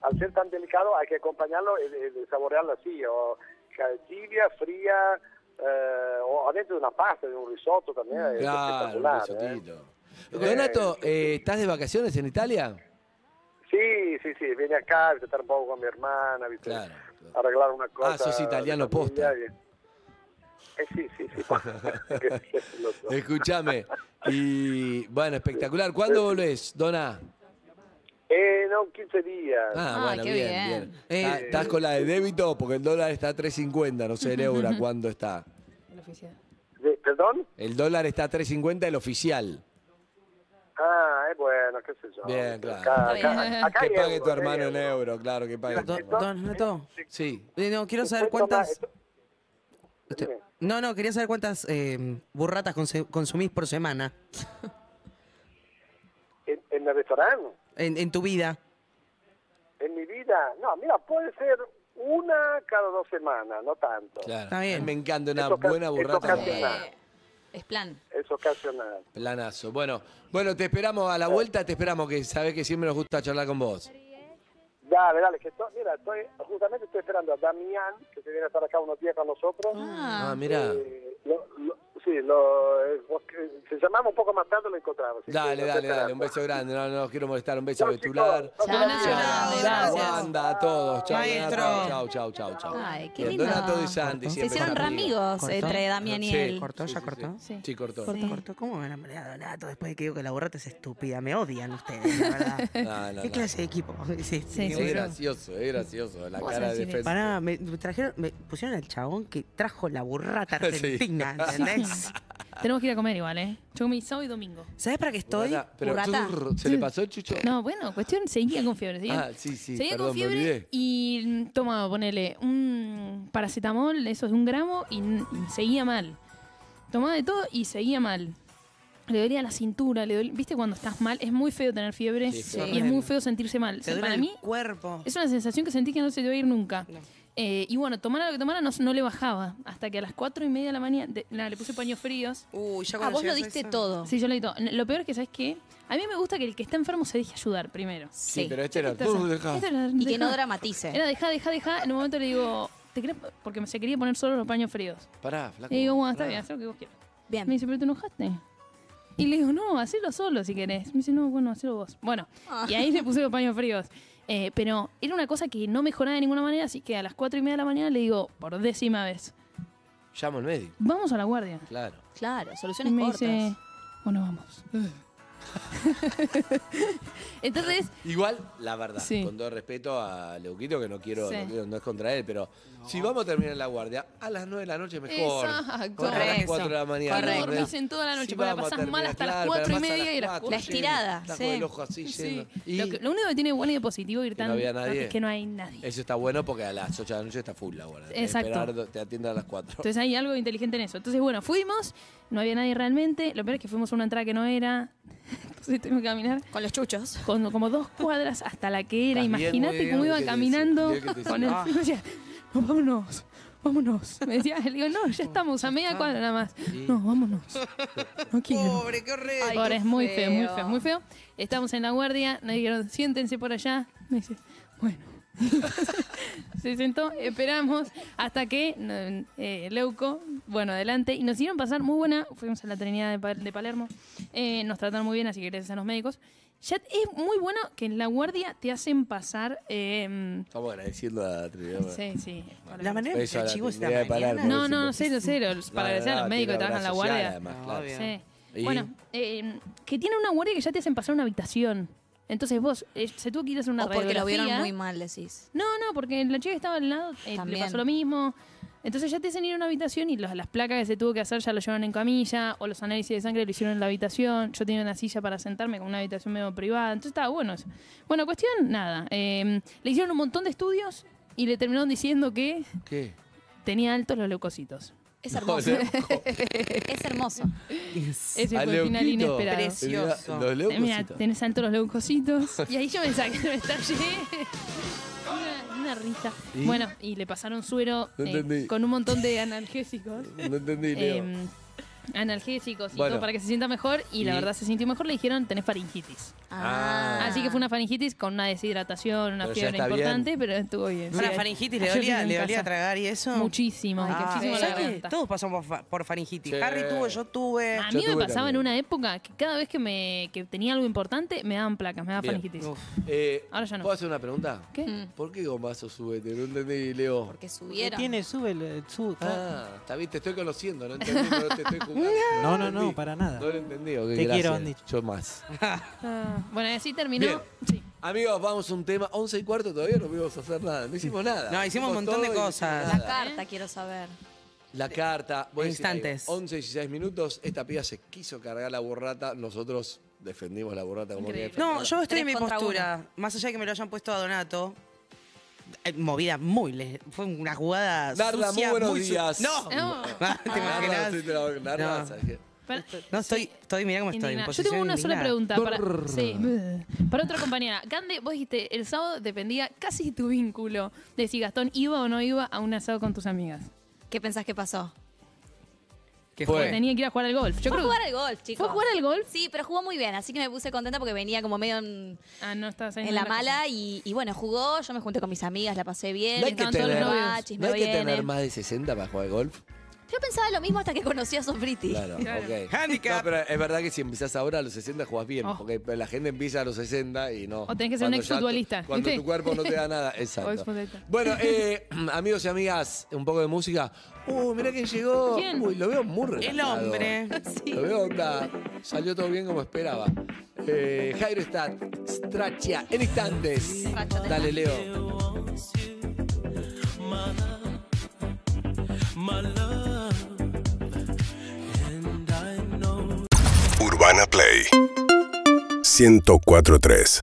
[SPEAKER 1] al ser tan delicado hay que acompañarlo y de- de saborearlo así, o ca- tibia, fría, eh, o adentro de una pasta, de un risotto también. es
[SPEAKER 2] Claro, un
[SPEAKER 1] espectacular, ¿eh?
[SPEAKER 2] risotito. Donato, eh, ¿estás de vacaciones en Italia?
[SPEAKER 1] Sí, sí, sí, vine acá a visitar un poco con mi hermana, ¿viste?
[SPEAKER 2] Claro, claro.
[SPEAKER 1] arreglar una cosa.
[SPEAKER 2] Ah, sos italiano
[SPEAKER 1] de familia
[SPEAKER 2] posta.
[SPEAKER 1] y- Eh, sí, sí, sí. Qué- qué loco.
[SPEAKER 2] Escúchame. Y bueno, espectacular. ¿Cuándo volvés, Dona?
[SPEAKER 1] eh, no, 15 días.
[SPEAKER 2] Ah,
[SPEAKER 5] Ah,
[SPEAKER 2] bueno,
[SPEAKER 5] qué
[SPEAKER 2] bien,
[SPEAKER 5] bien.
[SPEAKER 2] bien.
[SPEAKER 4] Eh,
[SPEAKER 2] ¿Estás- ¿Estás con la de débito? Porque el dólar está a 3.50, no sé el euro cuándo está.
[SPEAKER 3] El oficial.
[SPEAKER 1] De- ¿Perdón?
[SPEAKER 2] El dólar está a 3.50, el oficial.
[SPEAKER 1] Ah, es bueno, qué sé yo.
[SPEAKER 2] Bien, claro.
[SPEAKER 1] Acá,
[SPEAKER 5] Está
[SPEAKER 1] acá-
[SPEAKER 5] bien.
[SPEAKER 1] acá
[SPEAKER 2] Que
[SPEAKER 1] hay eh,
[SPEAKER 2] pague
[SPEAKER 1] euro,
[SPEAKER 2] tu
[SPEAKER 1] hay
[SPEAKER 2] hermano en
[SPEAKER 1] euro.
[SPEAKER 2] euro, claro, que pague tu
[SPEAKER 4] Don-
[SPEAKER 2] hermano.
[SPEAKER 4] don Renato,
[SPEAKER 2] Sí.
[SPEAKER 4] eh, no, quiero saber
[SPEAKER 1] Esto más-
[SPEAKER 4] cuántas...
[SPEAKER 1] esto-
[SPEAKER 4] Este-
[SPEAKER 1] Dime.
[SPEAKER 4] No, no, quería saber cuántas eh, burratas conse- consumís por semana
[SPEAKER 1] en, en el restaurante,
[SPEAKER 4] en, en tu vida.
[SPEAKER 1] en mi vida, no, mira, puede ser una cada dos semanas, no tanto.
[SPEAKER 2] Claro.
[SPEAKER 4] Está bien.
[SPEAKER 2] A mí Me encanta una
[SPEAKER 1] Esto ca-
[SPEAKER 2] buena
[SPEAKER 1] esto
[SPEAKER 2] burrata.
[SPEAKER 1] casi
[SPEAKER 2] con-
[SPEAKER 1] nada.
[SPEAKER 5] Eh, es plan.
[SPEAKER 1] Es ocasional.
[SPEAKER 2] Planazo. Bueno, bueno, te esperamos a la vuelta, te esperamos que sabés que siempre nos gusta charlar con vos.
[SPEAKER 1] Dale, dale, que estoy, mira, estoy, justamente estoy esperando a Damián, que se viene a estar acá unos días con nosotros.
[SPEAKER 2] Ah,
[SPEAKER 5] Ah,
[SPEAKER 2] mirá.
[SPEAKER 1] Eh, lo- lo- sí, lo, eh, vos que- si llamamos un poco más tarde lo encontramos. así que
[SPEAKER 2] Dale,
[SPEAKER 1] lo
[SPEAKER 2] dale,
[SPEAKER 1] estoy
[SPEAKER 2] dale. Un beso
[SPEAKER 1] esperando.
[SPEAKER 2] grande. No, no os quiero molestar. Un beso a
[SPEAKER 1] Chau, chicos.
[SPEAKER 2] Betular.
[SPEAKER 1] Chau,
[SPEAKER 5] Chao,
[SPEAKER 1] chau.
[SPEAKER 5] Gracias.
[SPEAKER 2] Chao,
[SPEAKER 4] gracias.
[SPEAKER 2] Wanda, a todos. Chao,
[SPEAKER 4] Maestro.
[SPEAKER 2] Chao, chao, chao, chao.
[SPEAKER 5] Ay, qué
[SPEAKER 2] Bien,
[SPEAKER 5] lindo.
[SPEAKER 2] Donato y Santi.
[SPEAKER 4] Se
[SPEAKER 5] Se
[SPEAKER 2] siempre
[SPEAKER 5] hicieron
[SPEAKER 2] son
[SPEAKER 5] ramigos
[SPEAKER 4] ¿Cortó?
[SPEAKER 5] entre Damián y
[SPEAKER 2] Sí.
[SPEAKER 5] él.
[SPEAKER 4] ¿Cortó? ¿Ya cortó?
[SPEAKER 3] Sí.
[SPEAKER 2] Sí, cortó.
[SPEAKER 3] Cortó.
[SPEAKER 4] Cortó. ¿Cómo van a pelear a Donato después de que digo que la burrata es estúpida? Me odian ustedes, la verdad.
[SPEAKER 2] No, no,
[SPEAKER 4] ¿Qué
[SPEAKER 2] no.
[SPEAKER 4] clase de equipo? Sí,
[SPEAKER 3] Sí,
[SPEAKER 2] Es
[SPEAKER 3] sí.
[SPEAKER 2] gracioso, es gracioso. La
[SPEAKER 3] Vos
[SPEAKER 2] cara
[SPEAKER 3] sabés
[SPEAKER 2] de
[SPEAKER 3] quién es.
[SPEAKER 2] defensa.
[SPEAKER 4] Pará, me me trajeron, me pusieron al chabón que trajo la burrata argentina, ¿entendés?
[SPEAKER 3] Tenemos que ir a comer igual, ¿eh? Yo comí sábado y domingo.
[SPEAKER 4] ¿Sabés para qué estoy?
[SPEAKER 2] Burrata, Pero,
[SPEAKER 5] Burrata.
[SPEAKER 2] turr, ¿Se le pasó, Chucho?
[SPEAKER 3] No, bueno, cuestión, seguía con fiebre. Seguía,
[SPEAKER 2] Ah, sí, sí,
[SPEAKER 3] seguía
[SPEAKER 2] perdón,
[SPEAKER 3] con
[SPEAKER 2] me
[SPEAKER 3] fiebre
[SPEAKER 2] olvidé.
[SPEAKER 3] y mm, tomaba, ponele, un paracetamol, eso es un gramo, y, n- y seguía mal. Tomaba de todo y seguía mal. Le dolía la cintura, le dolía- ¿viste cuando estás mal? Es muy feo tener fiebre
[SPEAKER 2] Sí,
[SPEAKER 3] y es
[SPEAKER 4] horrible.
[SPEAKER 3] muy feo sentirse mal. O
[SPEAKER 4] Te
[SPEAKER 3] sea,
[SPEAKER 4] duele
[SPEAKER 3] para
[SPEAKER 4] el
[SPEAKER 3] mí
[SPEAKER 4] cuerpo.
[SPEAKER 3] es una sensación que sentí que no se te va a ir nunca.
[SPEAKER 4] No.
[SPEAKER 3] Eh, y bueno, tomara lo que tomara no, no le bajaba. Hasta que a las cuatro y media de la mañana de- nada, le puse paños fríos.
[SPEAKER 4] Uy, ya
[SPEAKER 5] Ah,
[SPEAKER 4] cuando
[SPEAKER 5] vos lo
[SPEAKER 4] llegas a
[SPEAKER 5] diste
[SPEAKER 4] eso-
[SPEAKER 5] todo.
[SPEAKER 3] Sí, yo le di todo. Lo peor es que, ¿sabes qué? A mí me gusta que el que está enfermo se deje ayudar primero.
[SPEAKER 2] Sí,
[SPEAKER 5] Sí.
[SPEAKER 2] pero este era.
[SPEAKER 3] Entonces,
[SPEAKER 2] Tú dejá.
[SPEAKER 3] esto era-
[SPEAKER 5] Y que no
[SPEAKER 3] dejá.
[SPEAKER 5] dramatice.
[SPEAKER 3] Era deja, deja, deja. En un momento le digo, ¿te querés- Porque me se quería poner solo los paños fríos.
[SPEAKER 2] Pará, flaco.
[SPEAKER 3] Le digo, bueno, está
[SPEAKER 2] pará.
[SPEAKER 3] bien, haz lo que vos quieras.
[SPEAKER 5] Bien.
[SPEAKER 3] Me dice, pero te enojaste. Y le digo, no, hacelo solo si querés. Me dice, no, bueno, hacelo vos. Bueno, y ahí le puse los paños fríos. Eh, pero era una cosa que no mejoraba de ninguna manera, así que a las cuatro y media de la mañana le digo, por décima vez,
[SPEAKER 2] Llamo al médico,
[SPEAKER 3] vamos a la guardia.
[SPEAKER 2] claro.
[SPEAKER 5] Claro,
[SPEAKER 3] Y
[SPEAKER 5] soluciones
[SPEAKER 3] me
[SPEAKER 5] cortas.
[SPEAKER 3] dice, bueno, vamos. Entonces,
[SPEAKER 2] Igual, la verdad,
[SPEAKER 3] Sí.
[SPEAKER 2] con todo respeto a Leuquito, que no quiero,
[SPEAKER 3] Sí.
[SPEAKER 2] no, quiero- no es contra él, pero si vamos a terminar en la guardia, a las 9 de la noche mejor.
[SPEAKER 3] Exacto.
[SPEAKER 2] Porque a las
[SPEAKER 4] Correcto.
[SPEAKER 2] 4 de la mañana.
[SPEAKER 5] Correcto.
[SPEAKER 2] ¿entendés?
[SPEAKER 3] Dormís en toda la noche,
[SPEAKER 2] Si
[SPEAKER 3] porque la
[SPEAKER 2] vamos a
[SPEAKER 3] pasás mal
[SPEAKER 2] terminar,
[SPEAKER 3] hasta las
[SPEAKER 2] claro,
[SPEAKER 3] cuatro y
[SPEAKER 2] además a
[SPEAKER 3] media y a las
[SPEAKER 2] cuatro
[SPEAKER 3] cuatro.
[SPEAKER 5] La estirada,
[SPEAKER 2] yendo, estás
[SPEAKER 5] sí.
[SPEAKER 2] con el ojo así yendo.
[SPEAKER 3] sí.
[SPEAKER 2] Y
[SPEAKER 3] lo, que- lo único que tiene bueno y de positivo ir
[SPEAKER 2] Que no
[SPEAKER 3] tan
[SPEAKER 2] había nadie.
[SPEAKER 3] es que no hay nadie.
[SPEAKER 2] eso está bueno porque a las 8 de la noche está full la guardia. Tenés que
[SPEAKER 3] Exacto.
[SPEAKER 2] esperar do- te atiendan a las 4.
[SPEAKER 3] Entonces hay algo inteligente en eso. Entonces, bueno, fuimos, no había nadie realmente. Lo peor es que fuimos a una entrada que no era. Entonces tuvimos que caminar
[SPEAKER 5] Con los chuchos.
[SPEAKER 3] con como dos cuadras hasta la que era.
[SPEAKER 2] Estás bien, muy
[SPEAKER 3] Imagínate
[SPEAKER 2] bien,
[SPEAKER 3] cómo
[SPEAKER 2] ¿qué
[SPEAKER 3] iba
[SPEAKER 2] te dice?
[SPEAKER 3] caminando
[SPEAKER 2] Mira que te
[SPEAKER 3] con el
[SPEAKER 4] dice.
[SPEAKER 3] frío. Decía, no, vámonos, vámonos. Me decía, le digo, no, ya estamos, a media cuadra nada más. No, vámonos. No quiero.
[SPEAKER 4] Pobre, qué horrible.
[SPEAKER 5] Ay,
[SPEAKER 3] Ahora
[SPEAKER 5] qué
[SPEAKER 3] es muy feo, muy feo,
[SPEAKER 5] feo.
[SPEAKER 3] muy feo. Estamos en la guardia, nos dijeron, siéntense por allá. Me dice, bueno. Se sentó, esperamos hasta que no, eh, Leuco, bueno, adelante. Y nos hicieron pasar muy buena. Fuimos a la Trinidad de, Pa- de Palermo. Eh, nos trataron muy bien, así que gracias a los médicos. Ya es muy bueno que en la guardia te hacen pasar. eh,
[SPEAKER 2] Estamos agradeciendo a la Trinidad.
[SPEAKER 3] sí, sí.
[SPEAKER 4] La manera en que
[SPEAKER 2] Eso a
[SPEAKER 4] el
[SPEAKER 2] la
[SPEAKER 4] chivo está
[SPEAKER 2] tendría que parar,
[SPEAKER 4] mañana.
[SPEAKER 3] No, no, cero, cero. Para agradecer a los médicos que trabajan en la guardia.
[SPEAKER 4] No,
[SPEAKER 2] claro.
[SPEAKER 4] obvio.
[SPEAKER 3] Sí.
[SPEAKER 2] ¿Y?
[SPEAKER 3] Bueno, eh, que tiene una guardia que ya te hacen pasar una habitación. Entonces vos, eh, se tuvo que ir a hacer una
[SPEAKER 5] o porque lo vieron
[SPEAKER 3] radiografía.
[SPEAKER 5] muy mal, decís.
[SPEAKER 3] No, no, porque la chica que estaba al lado eh, le
[SPEAKER 5] También.
[SPEAKER 3] pasó lo mismo. Entonces ya te hacen ir a una habitación y los- las placas que se tuvo que hacer ya lo llevaron en camilla, o los análisis de sangre lo hicieron en la habitación. Yo tenía una silla para sentarme con una habitación medio privada. Entonces estaba bueno eso. Bueno, cuestión, nada. eh, le hicieron un montón de estudios y le terminaron diciendo que
[SPEAKER 2] ¿Qué?
[SPEAKER 3] tenía altos los leucocitos.
[SPEAKER 5] Es hermoso. es hermoso.
[SPEAKER 3] Ese
[SPEAKER 2] Al
[SPEAKER 3] fue el final
[SPEAKER 2] Leuquito.
[SPEAKER 3] inesperado.
[SPEAKER 4] Precioso.
[SPEAKER 2] Mira, Los
[SPEAKER 3] Eh, Mira,
[SPEAKER 2] leucocitos.
[SPEAKER 3] tenés alto los leucocitos. Y ahí yo me saqué, me estallé. Una, una risa.
[SPEAKER 2] ¿Y?
[SPEAKER 3] Bueno, y le pasaron suero
[SPEAKER 2] No
[SPEAKER 3] eh,
[SPEAKER 2] entendí.
[SPEAKER 3] con un montón de analgésicos.
[SPEAKER 2] No entendí, Leo.
[SPEAKER 3] Eh, analgésicos y
[SPEAKER 2] Bueno.
[SPEAKER 3] todo para que se sienta mejor. Y, la
[SPEAKER 2] ¿Y?
[SPEAKER 3] verdad se sintió mejor. Le dijeron, tenés faringitis.
[SPEAKER 2] Ah.
[SPEAKER 3] Así que fue una faringitis con una deshidratación, una
[SPEAKER 2] Pero ya
[SPEAKER 3] fiebre
[SPEAKER 2] está
[SPEAKER 3] importante, pero estuvo bien.
[SPEAKER 4] Una
[SPEAKER 3] Sí.
[SPEAKER 4] faringitis le
[SPEAKER 3] Ayer
[SPEAKER 4] dolía,
[SPEAKER 3] estuve
[SPEAKER 4] le
[SPEAKER 3] en
[SPEAKER 4] dolía
[SPEAKER 3] casa.
[SPEAKER 4] tragar y eso.
[SPEAKER 3] Muchísimo,
[SPEAKER 5] Ay,
[SPEAKER 3] que
[SPEAKER 5] qué
[SPEAKER 3] muchísimo
[SPEAKER 5] feo.
[SPEAKER 3] la
[SPEAKER 4] ¿Sabes qué?
[SPEAKER 3] garganta. Ah,
[SPEAKER 4] Todos pasamos por fa- por faringitis.
[SPEAKER 2] Sí.
[SPEAKER 4] Harry tuvo, yo tuve.
[SPEAKER 3] A
[SPEAKER 2] Yo
[SPEAKER 3] mí me
[SPEAKER 2] tuve
[SPEAKER 3] pasaba en
[SPEAKER 2] también.
[SPEAKER 3] una época que cada vez que me que tenía algo importante me daban placas, me daban
[SPEAKER 2] Bien.
[SPEAKER 3] Ah, faringitis.
[SPEAKER 4] Uf.
[SPEAKER 2] Eh,
[SPEAKER 3] Ahora ya no.
[SPEAKER 2] ¿Puedo hacer una pregunta?
[SPEAKER 3] ¿Qué?
[SPEAKER 2] ¿Por qué Gomazo súbete? No entendí, Leo.
[SPEAKER 5] Porque
[SPEAKER 6] ¿Qué
[SPEAKER 5] subieron.
[SPEAKER 6] tiene? Sube el. Su,
[SPEAKER 2] Ah, está bien, te estoy conociendo, no entendí, pero te estoy jugando.
[SPEAKER 6] No, no, no,
[SPEAKER 2] entendí.
[SPEAKER 6] para nada.
[SPEAKER 2] No lo entendí, ok,
[SPEAKER 6] Te
[SPEAKER 2] gracias.
[SPEAKER 6] quiero, Andy.
[SPEAKER 2] Yo más.
[SPEAKER 3] Ah, bueno, y así terminó.
[SPEAKER 2] Bien.
[SPEAKER 3] Sí.
[SPEAKER 2] Amigos, vamos a un tema. 11 y cuarto todavía no pudimos hacer nada. No hicimos nada.
[SPEAKER 4] Mm. No, hicimos un montón
[SPEAKER 2] todo
[SPEAKER 4] de
[SPEAKER 2] y no
[SPEAKER 4] cosas.
[SPEAKER 2] hicimos
[SPEAKER 5] La
[SPEAKER 2] nada.
[SPEAKER 5] carta, quiero saber.
[SPEAKER 2] La carta. voy a decir algo.
[SPEAKER 4] Instantes.
[SPEAKER 2] 11 y 16 minutos. Esta piba se quiso cargar la borrata. Nosotros defendimos la borrata como
[SPEAKER 3] Increíble.
[SPEAKER 2] que
[SPEAKER 4] No, yo estoy
[SPEAKER 5] Tres
[SPEAKER 4] en mi
[SPEAKER 5] contra
[SPEAKER 4] postura. Más allá de que me lo hayan puesto a Donato. eh, Movida muy. le- Fue una jugada.
[SPEAKER 2] Darla,
[SPEAKER 4] sucia,
[SPEAKER 2] muy buenos
[SPEAKER 4] su-
[SPEAKER 2] días.
[SPEAKER 4] No.
[SPEAKER 3] No.
[SPEAKER 4] Ah, ¿Te
[SPEAKER 2] Narra,
[SPEAKER 4] imaginas?
[SPEAKER 2] sí, te la- narra,
[SPEAKER 4] No.
[SPEAKER 2] ¿sabes qué?
[SPEAKER 3] Pero-
[SPEAKER 4] Este, No, estoy, estoy, mirá cómo estoy. en
[SPEAKER 3] indignada. Yo
[SPEAKER 4] posición
[SPEAKER 3] tengo una sola
[SPEAKER 4] indignada.
[SPEAKER 3] pregunta para, sí. para otra compañera. Gande, vos dijiste, el sábado dependía casi de tu vínculo de si Gastón iba o no iba a un asado con tus amigas.
[SPEAKER 5] ¿Qué pensás que pasó?
[SPEAKER 4] ¿Qué
[SPEAKER 2] Fue.
[SPEAKER 4] fue?
[SPEAKER 3] Tenía que ir a jugar al golf. Yo
[SPEAKER 5] fue a
[SPEAKER 3] creo
[SPEAKER 5] jugar al golf, chicos.
[SPEAKER 3] ¿Fue a jugar al golf?
[SPEAKER 5] Sí, pero jugó muy bien, así que me puse contenta porque venía como medio en,
[SPEAKER 3] Ah, no estabas ahí
[SPEAKER 5] en la
[SPEAKER 3] casa.
[SPEAKER 5] mala y, y bueno, jugó, yo me junté con mis amigas, la pasé bien,
[SPEAKER 2] No hay que
[SPEAKER 5] estaban todos los
[SPEAKER 2] tener-
[SPEAKER 5] bachis,
[SPEAKER 2] ¿No
[SPEAKER 5] me
[SPEAKER 2] hay que tener
[SPEAKER 5] vienen.
[SPEAKER 2] más de 60 para jugar al golf?
[SPEAKER 5] Yo pensaba lo mismo hasta que conocí a Sofriti.
[SPEAKER 2] Claro,
[SPEAKER 3] Claro.
[SPEAKER 2] ok.
[SPEAKER 4] Handicap.
[SPEAKER 2] No, pero es verdad que si empezás ahora a los 60 jugás bien,
[SPEAKER 3] Oh.
[SPEAKER 2] porque la gente empieza a los 60 y no.
[SPEAKER 3] O tenés que ser un
[SPEAKER 2] Cuando ya
[SPEAKER 3] exfutbolista,
[SPEAKER 2] tu- Cuando
[SPEAKER 3] ¿viste?
[SPEAKER 2] tu cuerpo no te da nada.
[SPEAKER 3] O
[SPEAKER 2] Exacto.
[SPEAKER 3] exfutbolista.
[SPEAKER 2] Bueno, eh, amigos y amigas, un poco de música. Uy, mirá quién llegó.
[SPEAKER 3] ¿Quién?
[SPEAKER 2] Uy, lo veo muy
[SPEAKER 4] El
[SPEAKER 2] relajado.
[SPEAKER 4] hombre.
[SPEAKER 2] Lo veo onda. Salió todo bien como esperaba. Eh, Jairo está Strachia en instantes. Dale, Leo.
[SPEAKER 7] Urbana Play 1043